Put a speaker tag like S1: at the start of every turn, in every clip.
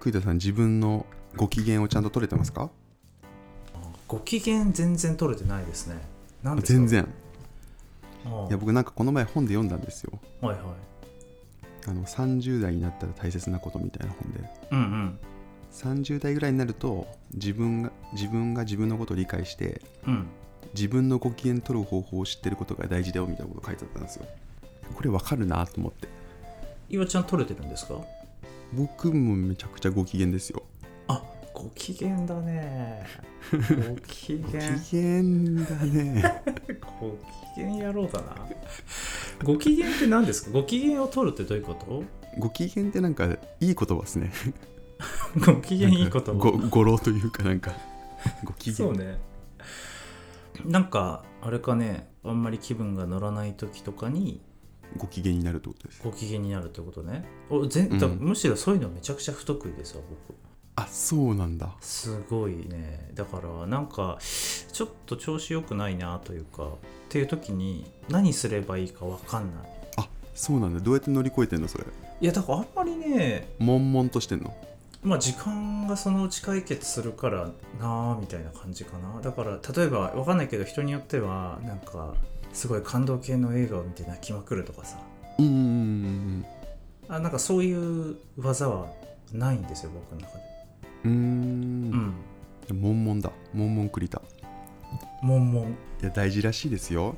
S1: 栗田さん自分のご機嫌をちゃんと取れてますか
S2: ご機嫌全然取れてないですねなんですか
S1: 全然
S2: ああ
S1: いや僕なんかこの前本で読んだんですよ
S2: はいはい
S1: あの30代になったら大切なことみたいな本で
S2: うんうん
S1: 30代ぐらいになると自分が自分が自分のことを理解して
S2: うん
S1: 自分のご機嫌取る方法を知ってることが大事だよみたいなこと書いてあったんですよこれわかるなと思って
S2: 岩ちゃん取れてるんですか
S1: 僕もめちゃくちゃご機嫌ですよ
S2: あご機嫌だねご機
S1: ご
S2: 嫌
S1: 機嫌だね
S2: ご機嫌野郎だなご機嫌って何ですかご機嫌を取るってどういうこと
S1: ご機嫌ってなんかいい言葉ですね
S2: ご機嫌いいこと
S1: ご語呂というかなんかご機嫌
S2: そうねなんかあれかねあんまり気分が乗らない時とかに
S1: ご機嫌になるってことです
S2: ご機嫌になるってことねおぜ
S1: うん
S2: むしろそういうのめちゃくちゃ不得意ですわ僕
S1: あそうなんだ
S2: すごいねだからなんかちょっと調子良くないなというかっていう時に何すればいいか分かんない
S1: あそうなんだどうやって乗り越えてんのそれ
S2: いやだからあんまりね
S1: 悶々としてんの
S2: まあ時間がそのうち解決するからなあみたいな感じかなだから例えばわかんないけど人によってはなんかすごい感動系の映画を見て泣きまくるとかさ
S1: うんうんうん
S2: あなんかそういう技はないんですよ僕の中で
S1: うんうん
S2: う
S1: うん
S2: ん
S1: 悶々だ悶々栗田
S2: 悶々
S1: いや大事らしいですよ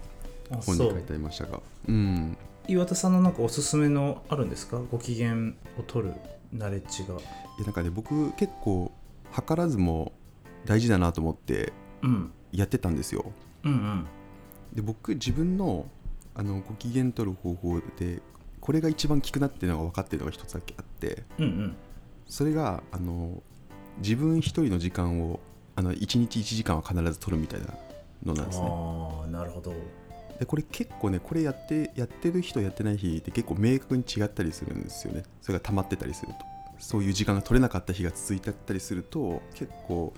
S2: あ
S1: 本
S2: そ
S1: に書いうてありましたがうん
S2: 岩田さんのなんかおすすめのあるんですかご機嫌を取るナレッジが
S1: いやなんかね僕結構図らずも大事だなと思って
S2: うん
S1: やってたんですよ
S2: うんうん
S1: で僕自分のあのご機嫌取る方法でこれが一番効くなっていうのが分かってるのが一つだけあって
S2: うんうん
S1: それがあの自分一人の時間をあの1日1時間は必ず取るみたいなのなんですね
S2: ああなるほど
S1: でこれ結構ねこれやってやってる日とやってない日って結構明確に違ったりするんですよねそれが溜まってたりするとそういう時間が取れなかった日が続いてたりすると結構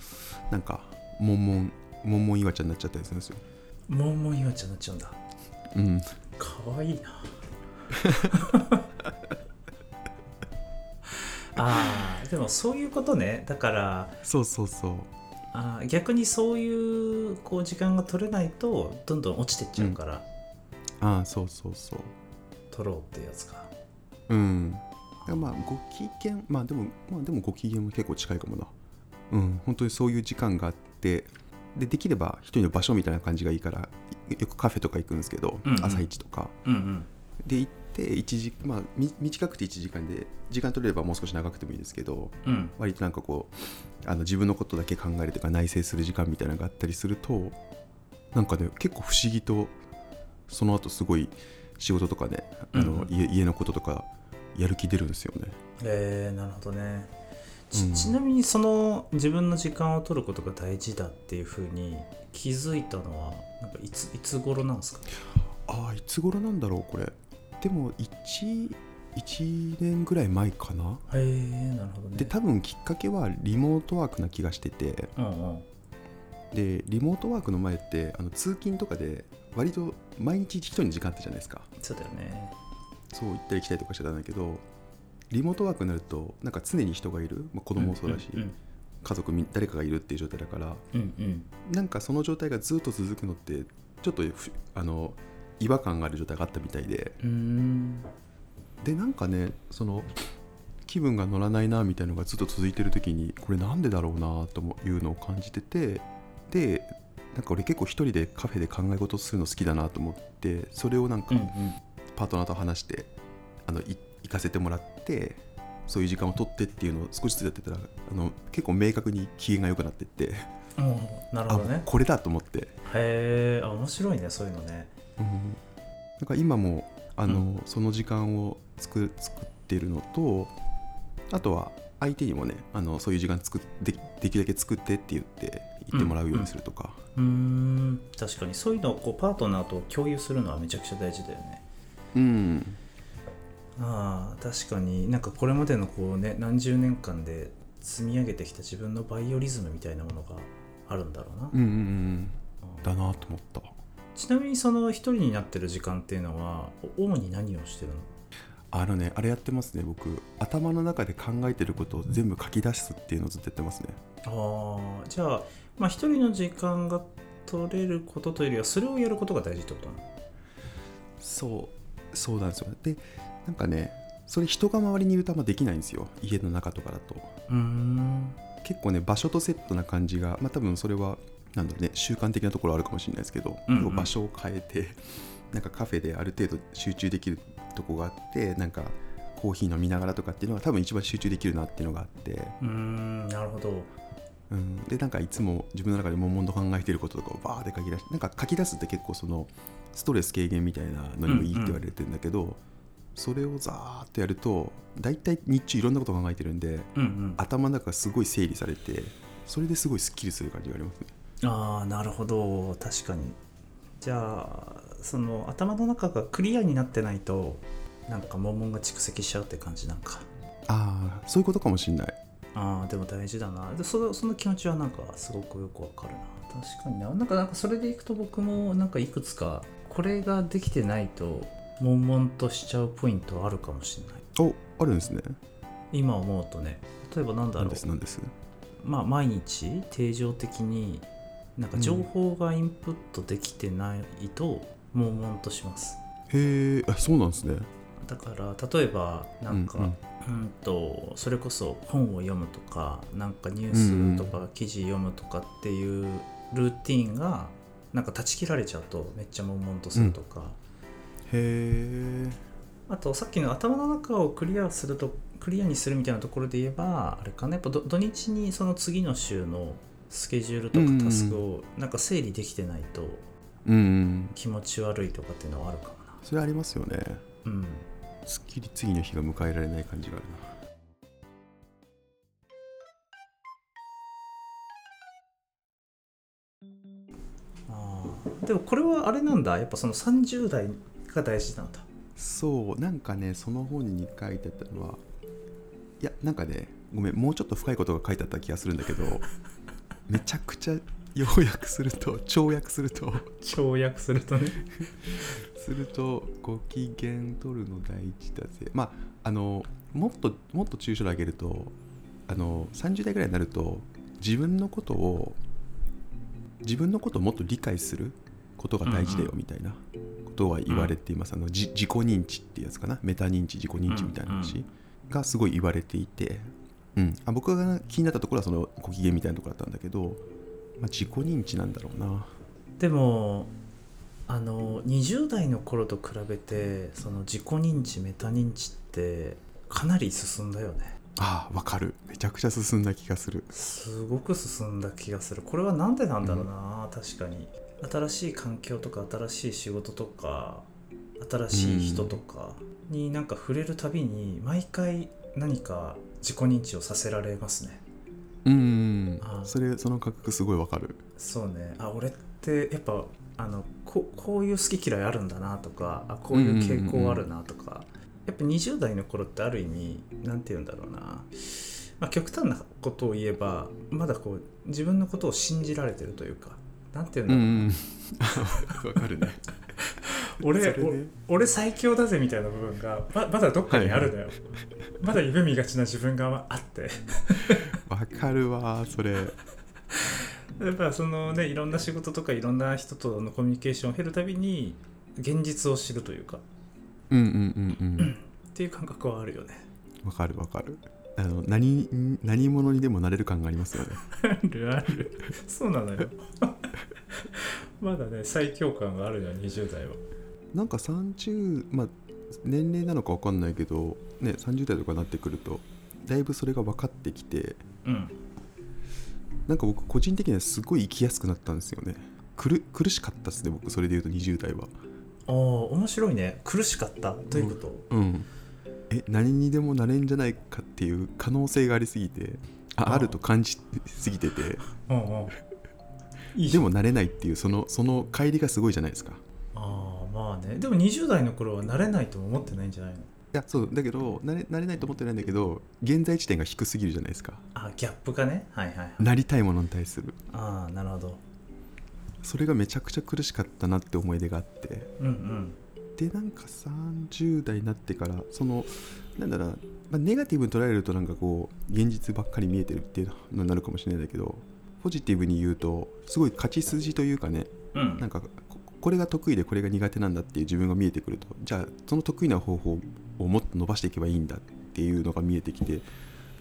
S1: なんかもんもんもんもんいわちゃんになっちゃったりするんですよ
S2: 悶々岩ちゃんになっちゃうんだ
S1: うん
S2: かわいいな あーでもそういうことねだから
S1: そうそうそう
S2: あー逆にそういうこう時間が取れないとどんどん落ちてっちゃうから、
S1: ああそうそうそう
S2: 取ろうってやつか
S1: うんだからまあご機嫌まあでもまあでもご機嫌も結構近いかもなうん本当にそういう時間があってでできれば一人の場所みたいな感じがいいからよくカフェとか行くんですけど、
S2: うんうん
S1: 朝一とか
S2: うんうん
S1: で行って一時、まあ、み短くて1時間で時間取れればもう少し長くてもいいですけど
S2: うん
S1: 割となんかこうあの自分のことだけ考えるとか内省する時間みたいなのがあったりするとなんかね結構不思議とその後すごい仕事とかねあの、
S2: うんうん
S1: 家家のこととかやる気出るんですよね。
S2: えー、なるほどねち,、
S1: うん
S2: ちなみにその自分の時間を取ることが大事だっていうふうに気づいたのはなんかいついつ頃なんですか
S1: ああいつ頃なんだろうこれ。でも 1, 1年ぐらい前かな。
S2: へえー、なるほどね
S1: で多分きっかけはリモートワークな気がしてて。
S2: うんうん
S1: でリモートワークの前ってあの通勤とかで割と毎日一人の時間あったじゃないですか
S2: そうだよね
S1: そう行ったり来たりとかしてたんだけどリモートワークになるとなんか常に人がいる、まあ、子供もそうだし、
S2: うんうん
S1: 家族み誰かがいるっていう状態だから
S2: うんうん
S1: なんかその状態がずっと続くのってちょっとふあの違和感がある状態があったみたいで
S2: うーん
S1: でなんかねその気分が乗らないなみたいなのがずっと続いてる時にこれなんでだろうなともいうのを感じててでなんか俺結構一人でカフェで考え事するの好きだなと思ってそれをなん
S2: う
S1: か
S2: んうん
S1: パートナーと話して、あのい行かせてもらってそういう時間を取ってっていうのを少しずつやってたらあの結構明確に機嫌が良くなってって、
S2: うんなる
S1: あ
S2: ほどね
S1: これだと思って、
S2: へえあ面白いねそういうのね
S1: うんなんか今もあの、
S2: う
S1: その時間を作作ってるのとあとは相手にもねあのそういう時間作っでできるだけ作ってって言って言ってもらうようにするとか、
S2: うーん確かにそういうのをこうパートナーと共有するのはめちゃくちゃ大事だよね
S1: うん
S2: ああ確かになんかこれまでのこうね何十年間で積み上げてきた自分のバイオリズムみたいなものがあるんだろうな、
S1: うんうんうん
S2: うん
S1: だなと思った
S2: ちなみにその一人になってる時間っていうのはお主に何をしてるの
S1: あのねあれやってますね僕頭の中で考えてることを全部書き出すっていうのをずっとやってますね
S2: ああじゃあまあ一人の時間が取れることというよりはそれをやることが大事ってことなの
S1: そうそうなんですよでなんかねそれ人が周りにいるとあんまできないんですよ家の中とかだと
S2: うーん
S1: 結構ね場所とセットな感じがまあ多分それはなんだろうね習慣的なところあるかもしれないですけど、
S2: うんうん
S1: 結構場所を変えてなんかカフェである程度集中できるとこがあってなんかコーヒー飲みながらとかっていうのが多分一番集中できるなっていうのがあって、
S2: うーんなるほど
S1: うん、でなんかいつも自分の中で悶々と考えていることとかをバーって書き出しなんか書き出すって結構そのストレス軽減みたいなのにもいいって言われてるんだけど、それをザーッとやると大体日中いろんなこと考えてるんで
S2: うんうん
S1: 頭の中がすごい整理されてそれですごいスッキリする感じがありますね
S2: ああなるほど確かにじゃあその頭の中がクリアになってないとなんか悶々が蓄積しちゃうって感じなんか
S1: ああそういうことかもしんない
S2: ああでも大事だなでそのその気持ちはなんかすごくよくわかるな確かにななんかなんかそれでいくと僕もなんかいくつかこれができてないと悶々としちゃうポイントあるかもしれない
S1: おあるんですね
S2: 今思うとね例えばなんだ
S1: なん
S2: ろう
S1: ですなんです
S2: まあ、毎日定常的になんか情報がインプットできてないと悶々とします、
S1: へえあそうなんですね
S2: だから例えばなんか、
S1: う
S2: うんんとそれこそ本を読むとかなんかニュースとか記事読むとかっていうルーティンがなんか断ち切られちゃうとめっちゃ悶々とするとか、
S1: へえ
S2: あとさっきの頭の中をクリアするとクリアにするみたいなところで言えばあれかなやっぱど土日にその次の週のスケジュールと
S1: うんうんう
S2: か
S1: ん
S2: タスクをなんか整理できてないと
S1: うんうん
S2: 気持ち悪いとかっていうのはあるかもな
S1: それありますよね
S2: うん
S1: すっきり次の日が迎えられない感じがあるな
S2: あーでもこれはあれなんだやっぱその30代が大事なんだ
S1: そうなんかねその本に書いてあったのはいやなんかねごめんもうちょっと深いことが書いてあった気がするんだけどめちゃくちゃ要約すると跳躍すると
S2: 跳躍するとね
S1: するとご機嫌取るの第一だぜまああのもっともっと抽象度上げるとあの30代ぐらいになると自分のことを自分のことをもっと理解することが大事だよ
S2: うん
S1: みたいなことは言われています、あのじ自己認知っていうやつかなメタ認知自己認知みたいな
S2: うん
S1: 話がすごい言われていて、うん、あ僕が気になったところはそのご機嫌みたいなところだったんだけど、まあ、自己認知なんだろうな
S2: でもあの20代の頃と比べてその自己認知メタ認知ってかなり進んだよね
S1: ああわかるめちゃくちゃ進んだ気がする
S2: すごく進んだ気がするこれはなんでなんだろうな、確かに新しい環境とか新しい仕事とか新しい人とかになんか触れるたびに毎回何か自己認知をさせられますね
S1: うん
S2: あー
S1: それその感覚すごいわかる
S2: そうねあ俺ってやっぱあのここういう好き嫌いあるんだなとかあこういう傾向あるなとか、やっぱ20代の頃ってある意味なんて言うんだろうな、まあ、極端なことを言えばまだこう自分のことを信じられてるというかなんて言うんだろう、
S1: わかるね
S2: 俺
S1: それね
S2: お俺最強だぜみたいな部分がままだどっかにある のよ、まだ夢見がちな自分があって
S1: わかるわそれ
S2: やっぱそのねいろんな仕事とかいろんな人とのコミュニケーションを経るたびに現実を知るというか
S1: うんうんうんうん
S2: っていう感覚はあるよね
S1: わかるわかるあの何何者にでもなれる感がありますよね
S2: あるある そうなのよまだね最強感があるのよ20代は
S1: なんか30まあ年齢なのかわかんないけどね30代とかになってくるとだいぶそれが分かってきて
S2: うん
S1: なんか僕個人的にはすごい生きやすくなったんですよね苦苦しかったですね僕それで言うと20代は
S2: ああ面白いね苦しかったということ、
S1: うん、え何にでもなれんじゃないかっていう可能性がありすぎてあ
S2: あ
S1: あると感じすぎてて
S2: うんうんいい
S1: でもなれないっていうそのその乖離がすごいじゃないですかい
S2: ああまあねでも20代の頃は慣れないとも思ってないんじゃないの
S1: やそうだけどなれなれないと思ってないんだけど現在地点が低すぎるじゃないですか
S2: あギャップがねはいはいはい
S1: なりたいものに対する
S2: ああなるほど
S1: それがめちゃくちゃ苦しかったなって思い出があって
S2: うんうん
S1: でなんか30代になってからそのなんだろうな、まあ、ネガティブに捉えるとなんかこう現実ばっかり見えてるっていうのになるかもしれないんだけどポジティブに言うとすごい勝ち筋というかね
S2: うん
S1: なんかここれが得意でこれが苦手なんだっていう自分が見えてくるとじゃあその得意な方法をもっと伸ばしていけばいいんだっていうのが見えてきて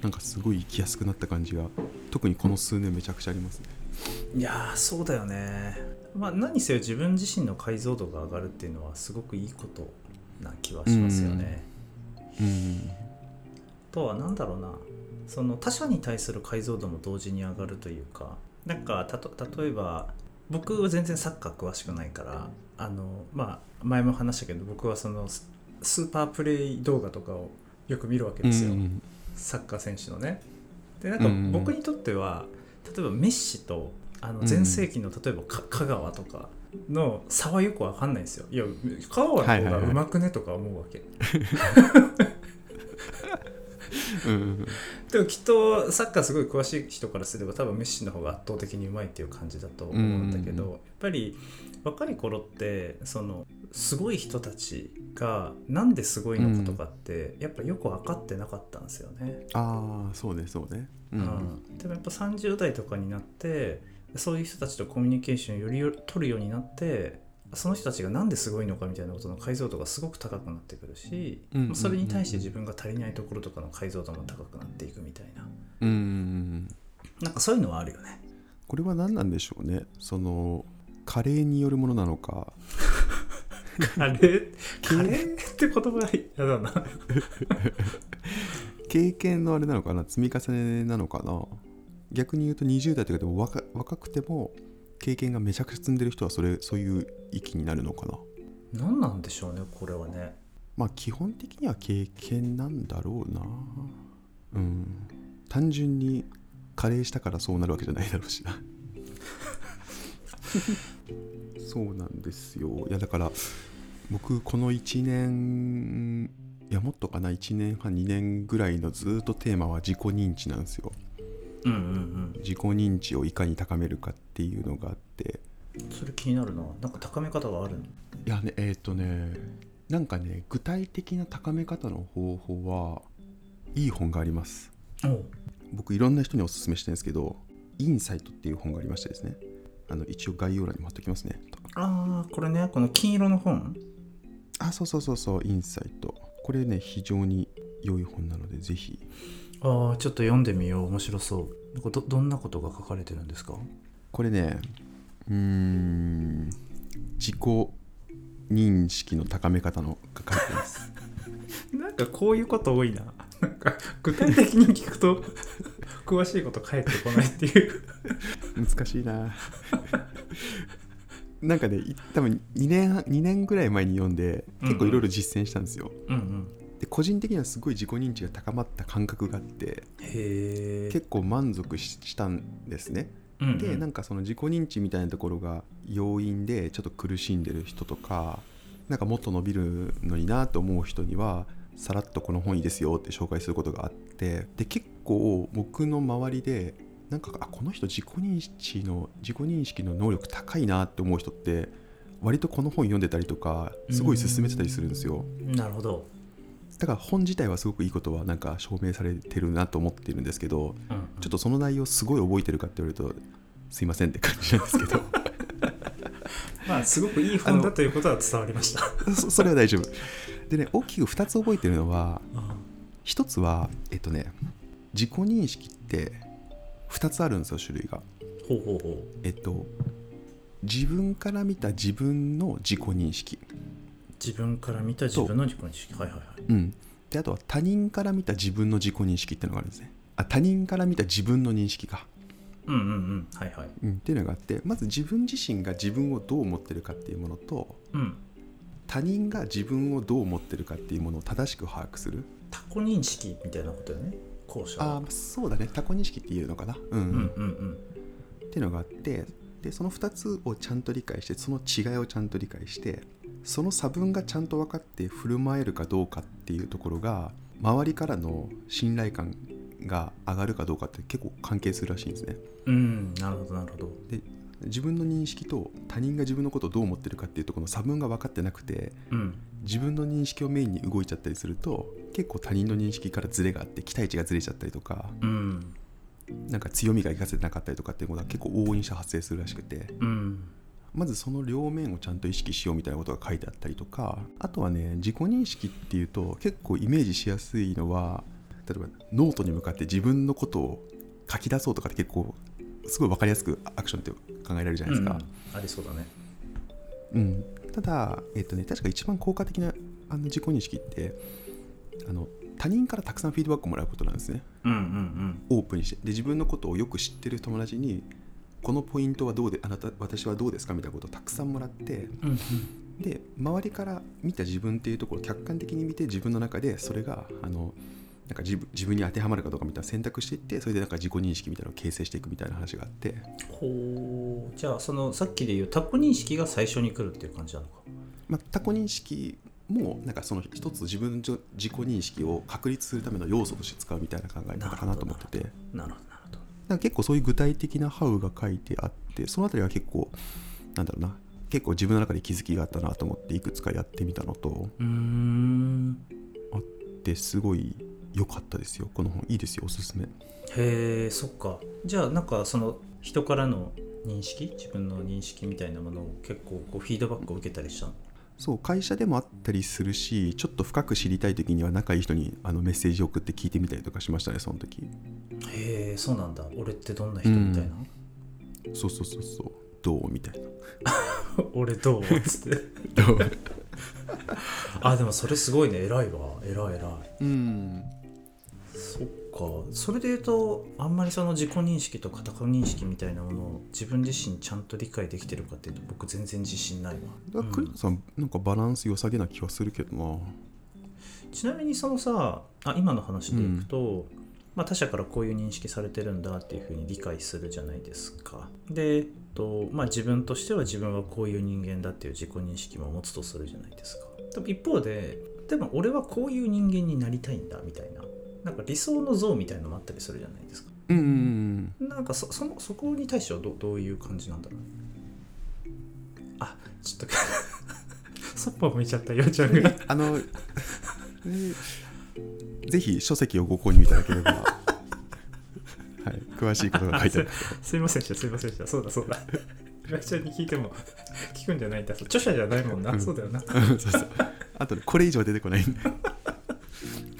S1: なんかすごい生きやすくなった感じが特にこの数年めちゃくちゃありますね
S2: いやーそうだよね、まあ、何せよ自分自身の解像度が上がるっていうのはすごくいいことな気はしますよね、
S1: うん
S2: あとは何だろうなその他者に対する解像度も同時に上がるというかなんかたと例えば僕は全然サッカー詳しくないからあの、まあ、前も話したけど僕はそのススーパープレイ動画とかをよく見るわけですよ、
S1: うん
S2: サッカー選手のね。でなんか
S1: うんうん
S2: 僕にとっては、例えばメッシとあの
S1: うん
S2: 前世紀の例えばか香川とかの差はよくわかんないんですよ。いや香川の方がうまくねとか思うわけ。
S1: うんうん
S2: でもきっとサッカーすごい詳しい人からすれば多分メッシの方が圧倒的にうまいっていう感じだと思うんだけど、
S1: うん
S2: やっぱり若い頃ってそのすごい人たちがなんですごいのかとかって、やっぱよく分かってなかったんですよね。
S1: ああそうねそうねうん
S2: うん、でもやっぱ30代とかになってそういう人たちとコミュニケーションをよりよ取るようになってその人たちがなんですごいのかみたいなことの解像度がすごく高くなってくるし、
S1: うんうんうんうん
S2: それに対して自分が足りないところとかの解像度も高くなっていくみたいな
S1: うんうん
S2: なんかそういうのはあるよね
S1: これは何なんでしょうねその加齢によるものなのか
S2: カレーカレーって言葉が嫌だな
S1: 経験のあれなのかな積み重ねなのかな逆に言うと20代とかでも若若くても経験がめちゃくちゃ積んでる人はそれそういう域になるのかな
S2: 何なんでしょうねこれはね
S1: まあ基本的には経験なんだろうなうん単純に加齢したからそうなるわけじゃないだろうしなそうなんですよいやだから僕この1年いやもっとかな1年半2年ぐらいのずっとテーマは自己認知なんですよ
S2: うんうん
S1: 自己認知をいかに高めるかっていうのがあって
S2: うんそれ気になるななんか高め方があるの
S1: いやねえっ、とねなんかね具体的な高め方の方法はいい本があります
S2: おう
S1: 僕いろんな人におすすめしてるんですけど「インサイト」っていう本がありましてですねあの一応概要欄にも貼っときますね
S2: あーこれねこの金色の本
S1: あそうそうそうそう「インサイト」これね非常に良い本なのでぜひ
S2: ああちょっと読んでみよう面白そうこれどどんなことが書かれてるんですか
S1: これねうーん自己認識の高め方のが書いてます
S2: なんかこういうこと多いななんか具体的に聞くと詳しいこと返ってこないっていう
S1: 難しいな なんかねい多分2年2年ぐらい前に読んで結構いろいろ実践したんですよ、
S2: うんうん
S1: で個人的にはすごい自己認知が高まった感覚があって
S2: へえ
S1: 結構満足ししたんですね
S2: 構
S1: でなんんかその自己認知みたいなところが要因でちょっと苦しんでる人とかなんかもっと伸びるのになと思う人にはさらっとこの本いいですよって紹介することがあってで結構僕の周りでなんかあこの人自己認知の自己認識の能力高いなって思う人って割とこの本読んでたりとかすごい勧めてたりするんですよ
S2: なるほど、
S1: だから本自体はすごくいいことはなんか証明されてるなと思ってるんですけど
S2: うんうん
S1: ちょっとその内容すごい覚えてるかって言われるとすいませんって感じなんですけど
S2: まあすごくいい
S1: あ
S2: 本
S1: の
S2: だということは伝わりました
S1: そそれは大丈夫でね大きく2つ覚えてるのは1つはえっとね自己認識って2つあるんですよ種類が
S2: ほうほうほう
S1: えっと自分から見た自分の自己認識
S2: 自分から見た自分の自己認識はいはいはい
S1: うんであとは他人から見た自分の自己認識ってのがあるんですねあ他人から見た自分の認識か
S2: うんうんうんはいはい
S1: うん、っていうのがあってまず自分自身が自分をどう思ってるかっていうものと
S2: うん
S1: 他人が自分をどう思ってるかっていうものを正しく把握する
S2: 他己認識みたいなことよね後者
S1: あ
S2: は
S1: ーそうだね他己認識っていうのかな、うん
S2: うんうん
S1: っていうのがあってでその2つをちゃんと理解してその違いをちゃんと理解してその差分がちゃんと分かって振る舞えるかどうかっていうところが周りからの信頼感が上がるかどうかって結構関係するらしいんですね。
S2: うんうんなるほどなるほど
S1: で自分の認識と他人が自分のことをどう思ってるかっていうとこの差分が分かってなくて
S2: うん
S1: 自分の認識をメインに動いちゃったりすると結構他人の認識からズレがあって期待値がずれちゃったりとか
S2: うん
S1: なんか強みが生かせてなかったりとかっていうことが結構往々にして発生するらしくて
S2: うん
S1: まずその両面をちゃんと意識しようみたいなことが書いてあったりとかあとはね自己認識っていうと結構イメージしやすいのは例えばノートに向かって自分のことを書き出そうとかって結構すごい分かりやすくアクションって考えられるじゃないですか。
S2: うんありそうだね
S1: うん、ただ、えっとね、確か一番効果的なあの自己認識ってあの他人からたくさんフィードバックをもらうことなんですね
S2: うんうん
S1: オープンにしてで自分のことをよく知ってる友達にこのポイントはどうであなた私はどうですかみたいなことをたくさんもらって
S2: うんうん
S1: で周りから見た自分っていうところを客観的に見て自分の中でそれがあのなんか自分自分に当てはまるかどうかみたいな選択していってそれでなんか自己認識みたいなのを形成していくみたいな話があって
S2: ほうじゃあそのさっきで言うタコ認識が最初に来るっていう感じなのか
S1: まあ、他己認識もなんかその一つ自分の自己認識を確立するための要素として使うみたいな考え方かなと思ってて
S2: なるほどなるほど
S1: なんか結構そういう具体的な「ハウが書いてあってそのあたりは結構なんだろうな結構自分の中で気づきがあったなと思っていくつかやってみたのと
S2: うーん
S1: ですごい良かったですよこの本いいですよおすすめ
S2: へえそっかじゃあなんかその人からの認識自分の認識みたいなものを結構こうフィードバックを受けたりしたの
S1: そう会社でもあったりするしちょっと深く知りたい時には仲いい人にあのメッセージを送って聞いてみたりとかしましたねその時
S2: へえそうなんだ俺ってどんな人みたいな、
S1: そうそうそうそうどうみたいな
S2: 俺どうつって
S1: どう
S2: あでもそれすごいね偉いわ偉い偉い
S1: うん
S2: そっかそれで言うとあんまりその自己認識と片方認識みたいなものを自分自身ちゃんと理解できてるかっていうと僕全然自信ないわ、
S1: だから栗
S2: う
S1: 田
S2: ん
S1: さん、なんかバランス良さげな気はするけどな
S2: ちなみにそのさあ今の話でいくと、まあ、他者からこういう認識されてるんだっていうふうに理解するじゃないですかで、えっとまあ、自分としては自分はこういう人間だっていう自己認識も持つとするじゃないですかでも一方ででも俺はこういう人間になりたいんだみたいななんか理想の像みたいのもあったりするじゃないですか
S1: うんうんうん
S2: なんかそそのそこに対してはどどういう感じなんだろうあちょっと そっぽ向いちゃったようちゃんが
S1: あの ねぜひ書籍をご購入いただければはい詳しいことが書いてある
S2: すいませんでした、すいませんでした。そうだそうだ。岩井ちゃんに聞いても聞くんじゃないんだ。著者じゃないもん
S1: う
S2: な。
S1: ん
S2: そうだよな。
S1: そうそうあとねこれ以上出てこないんで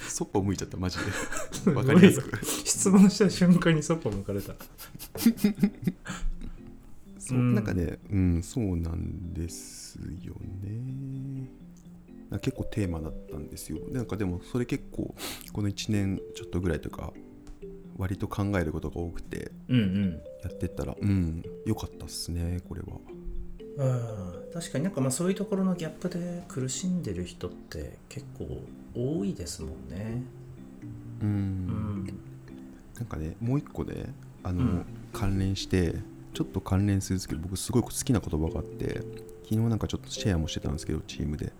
S1: そっぽ向いちゃったマジでわかりやすく
S2: 質問した瞬間にそっぽ向かれた。
S1: そう
S2: うん
S1: なんかねうんそうなんですよねなんか結構テーマだったんですよなんかでもそれ結構この1年ちょっとぐらいとか割と考えることが多くて
S2: うんうん。
S1: やってったらうん良かったっすねこれは
S2: うん、確かになんかまあそういうところのギャップで苦しんでる人って結構多いですもんね。
S1: うん、
S2: うん。
S1: なんかねもう一個ねあの、
S2: うん
S1: 関連してちょっと関連するんですけど僕すごい好きな言葉があって昨日なんかちょっとシェアもしてたんですけどチームで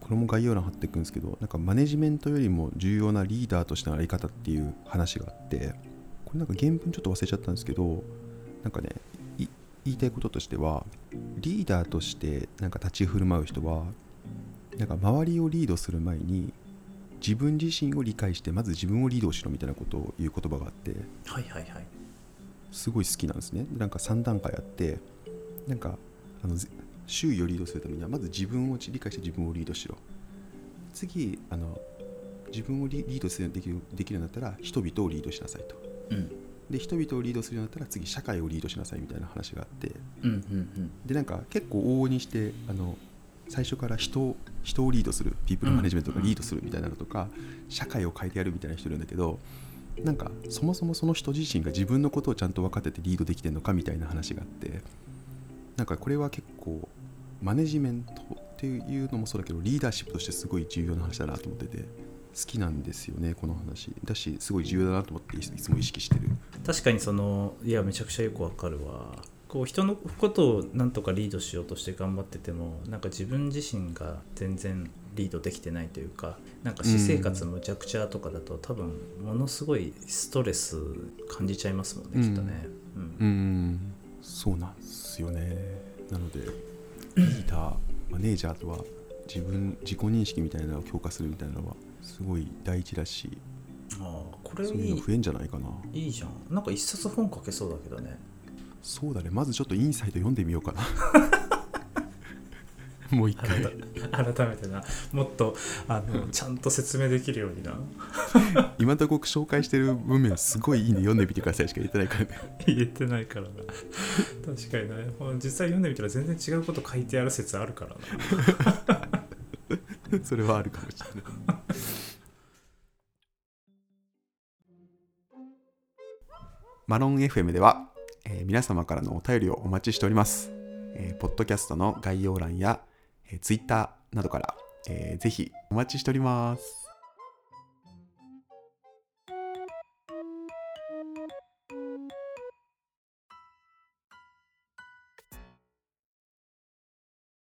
S1: これも概要欄貼っていくんですけどなんかマネジメントよりも重要なリーダーとしてのあり方っていう話があってこれなんか原文ちょっと忘れちゃったんですけどなんかねい言いたいこととしてはリーダーとしてなんか立ち振る舞う人はなんか周りをリードする前に自分自身を理解してまず自分をリードしろみたいなことを言う言葉があって
S2: はいはいはい。
S1: すごい好きなんですねでなんか3段階あってなんかあのぜ周囲をリードするためにはまず自分を理解して自分をリードしろ次あの自分をリリードするできるできるようになったら人々をリードしなさいと
S2: うん。
S1: で人々をリードするようになったら次社会をリードしなさいみたいな話があって
S2: うんうん
S1: でなんか結構往々にしてあの最初から人を人をリードするピープルマネジメントがリードするみたいなのとか、社会を変えてやるみたいな人いるんだけどなんかそもそもその人自身が自分のことをちゃんと分かっててリードできてるのかみたいな話があってなんかこれは結構マネジメントっていうのもそうだけどリーダーシップとしてすごい重要な話だなと思ってて好きなんですよねこの話だしすごい重要だなと思っていいつも意識してる
S2: うん。確かにその、いやめちゃくちゃよくわかるわ。こう人のことをなんとかリードしようとして頑張っててもなんか自分自身が全然リードできてないというかなんか私生活むちゃくちゃとかだと、多分ものすごいストレス感じちゃいますもんね、
S1: うん
S2: きっとね、うん
S1: うんそうなんですよねなのでリーダーマネージャーとは自分自己認識みたいなのを強化するみたいなのはすごい大事だし
S2: ああこれい
S1: そういうの
S2: い
S1: 増えんじゃないかない
S2: いじゃんなんか一冊本書けそうだけどね
S1: そうだねまずちょっとインサイト読んでみようかな もう一回
S2: 改改めてなもっとあのちゃんと説明できるようにな
S1: 今のところ紹介してる文面すごいいいね読んでみてくださいしか言ってないからね
S2: 言えてないからな確かにね 実際読んでみたら全然違うこと書いてある説あるから な
S1: それはあるかもしれない マロン FM では、えー皆様からのお便りをお待ちしております。えーポッドキャストの概要欄や、えー、Twitter などから、えーぜひお待ちしております。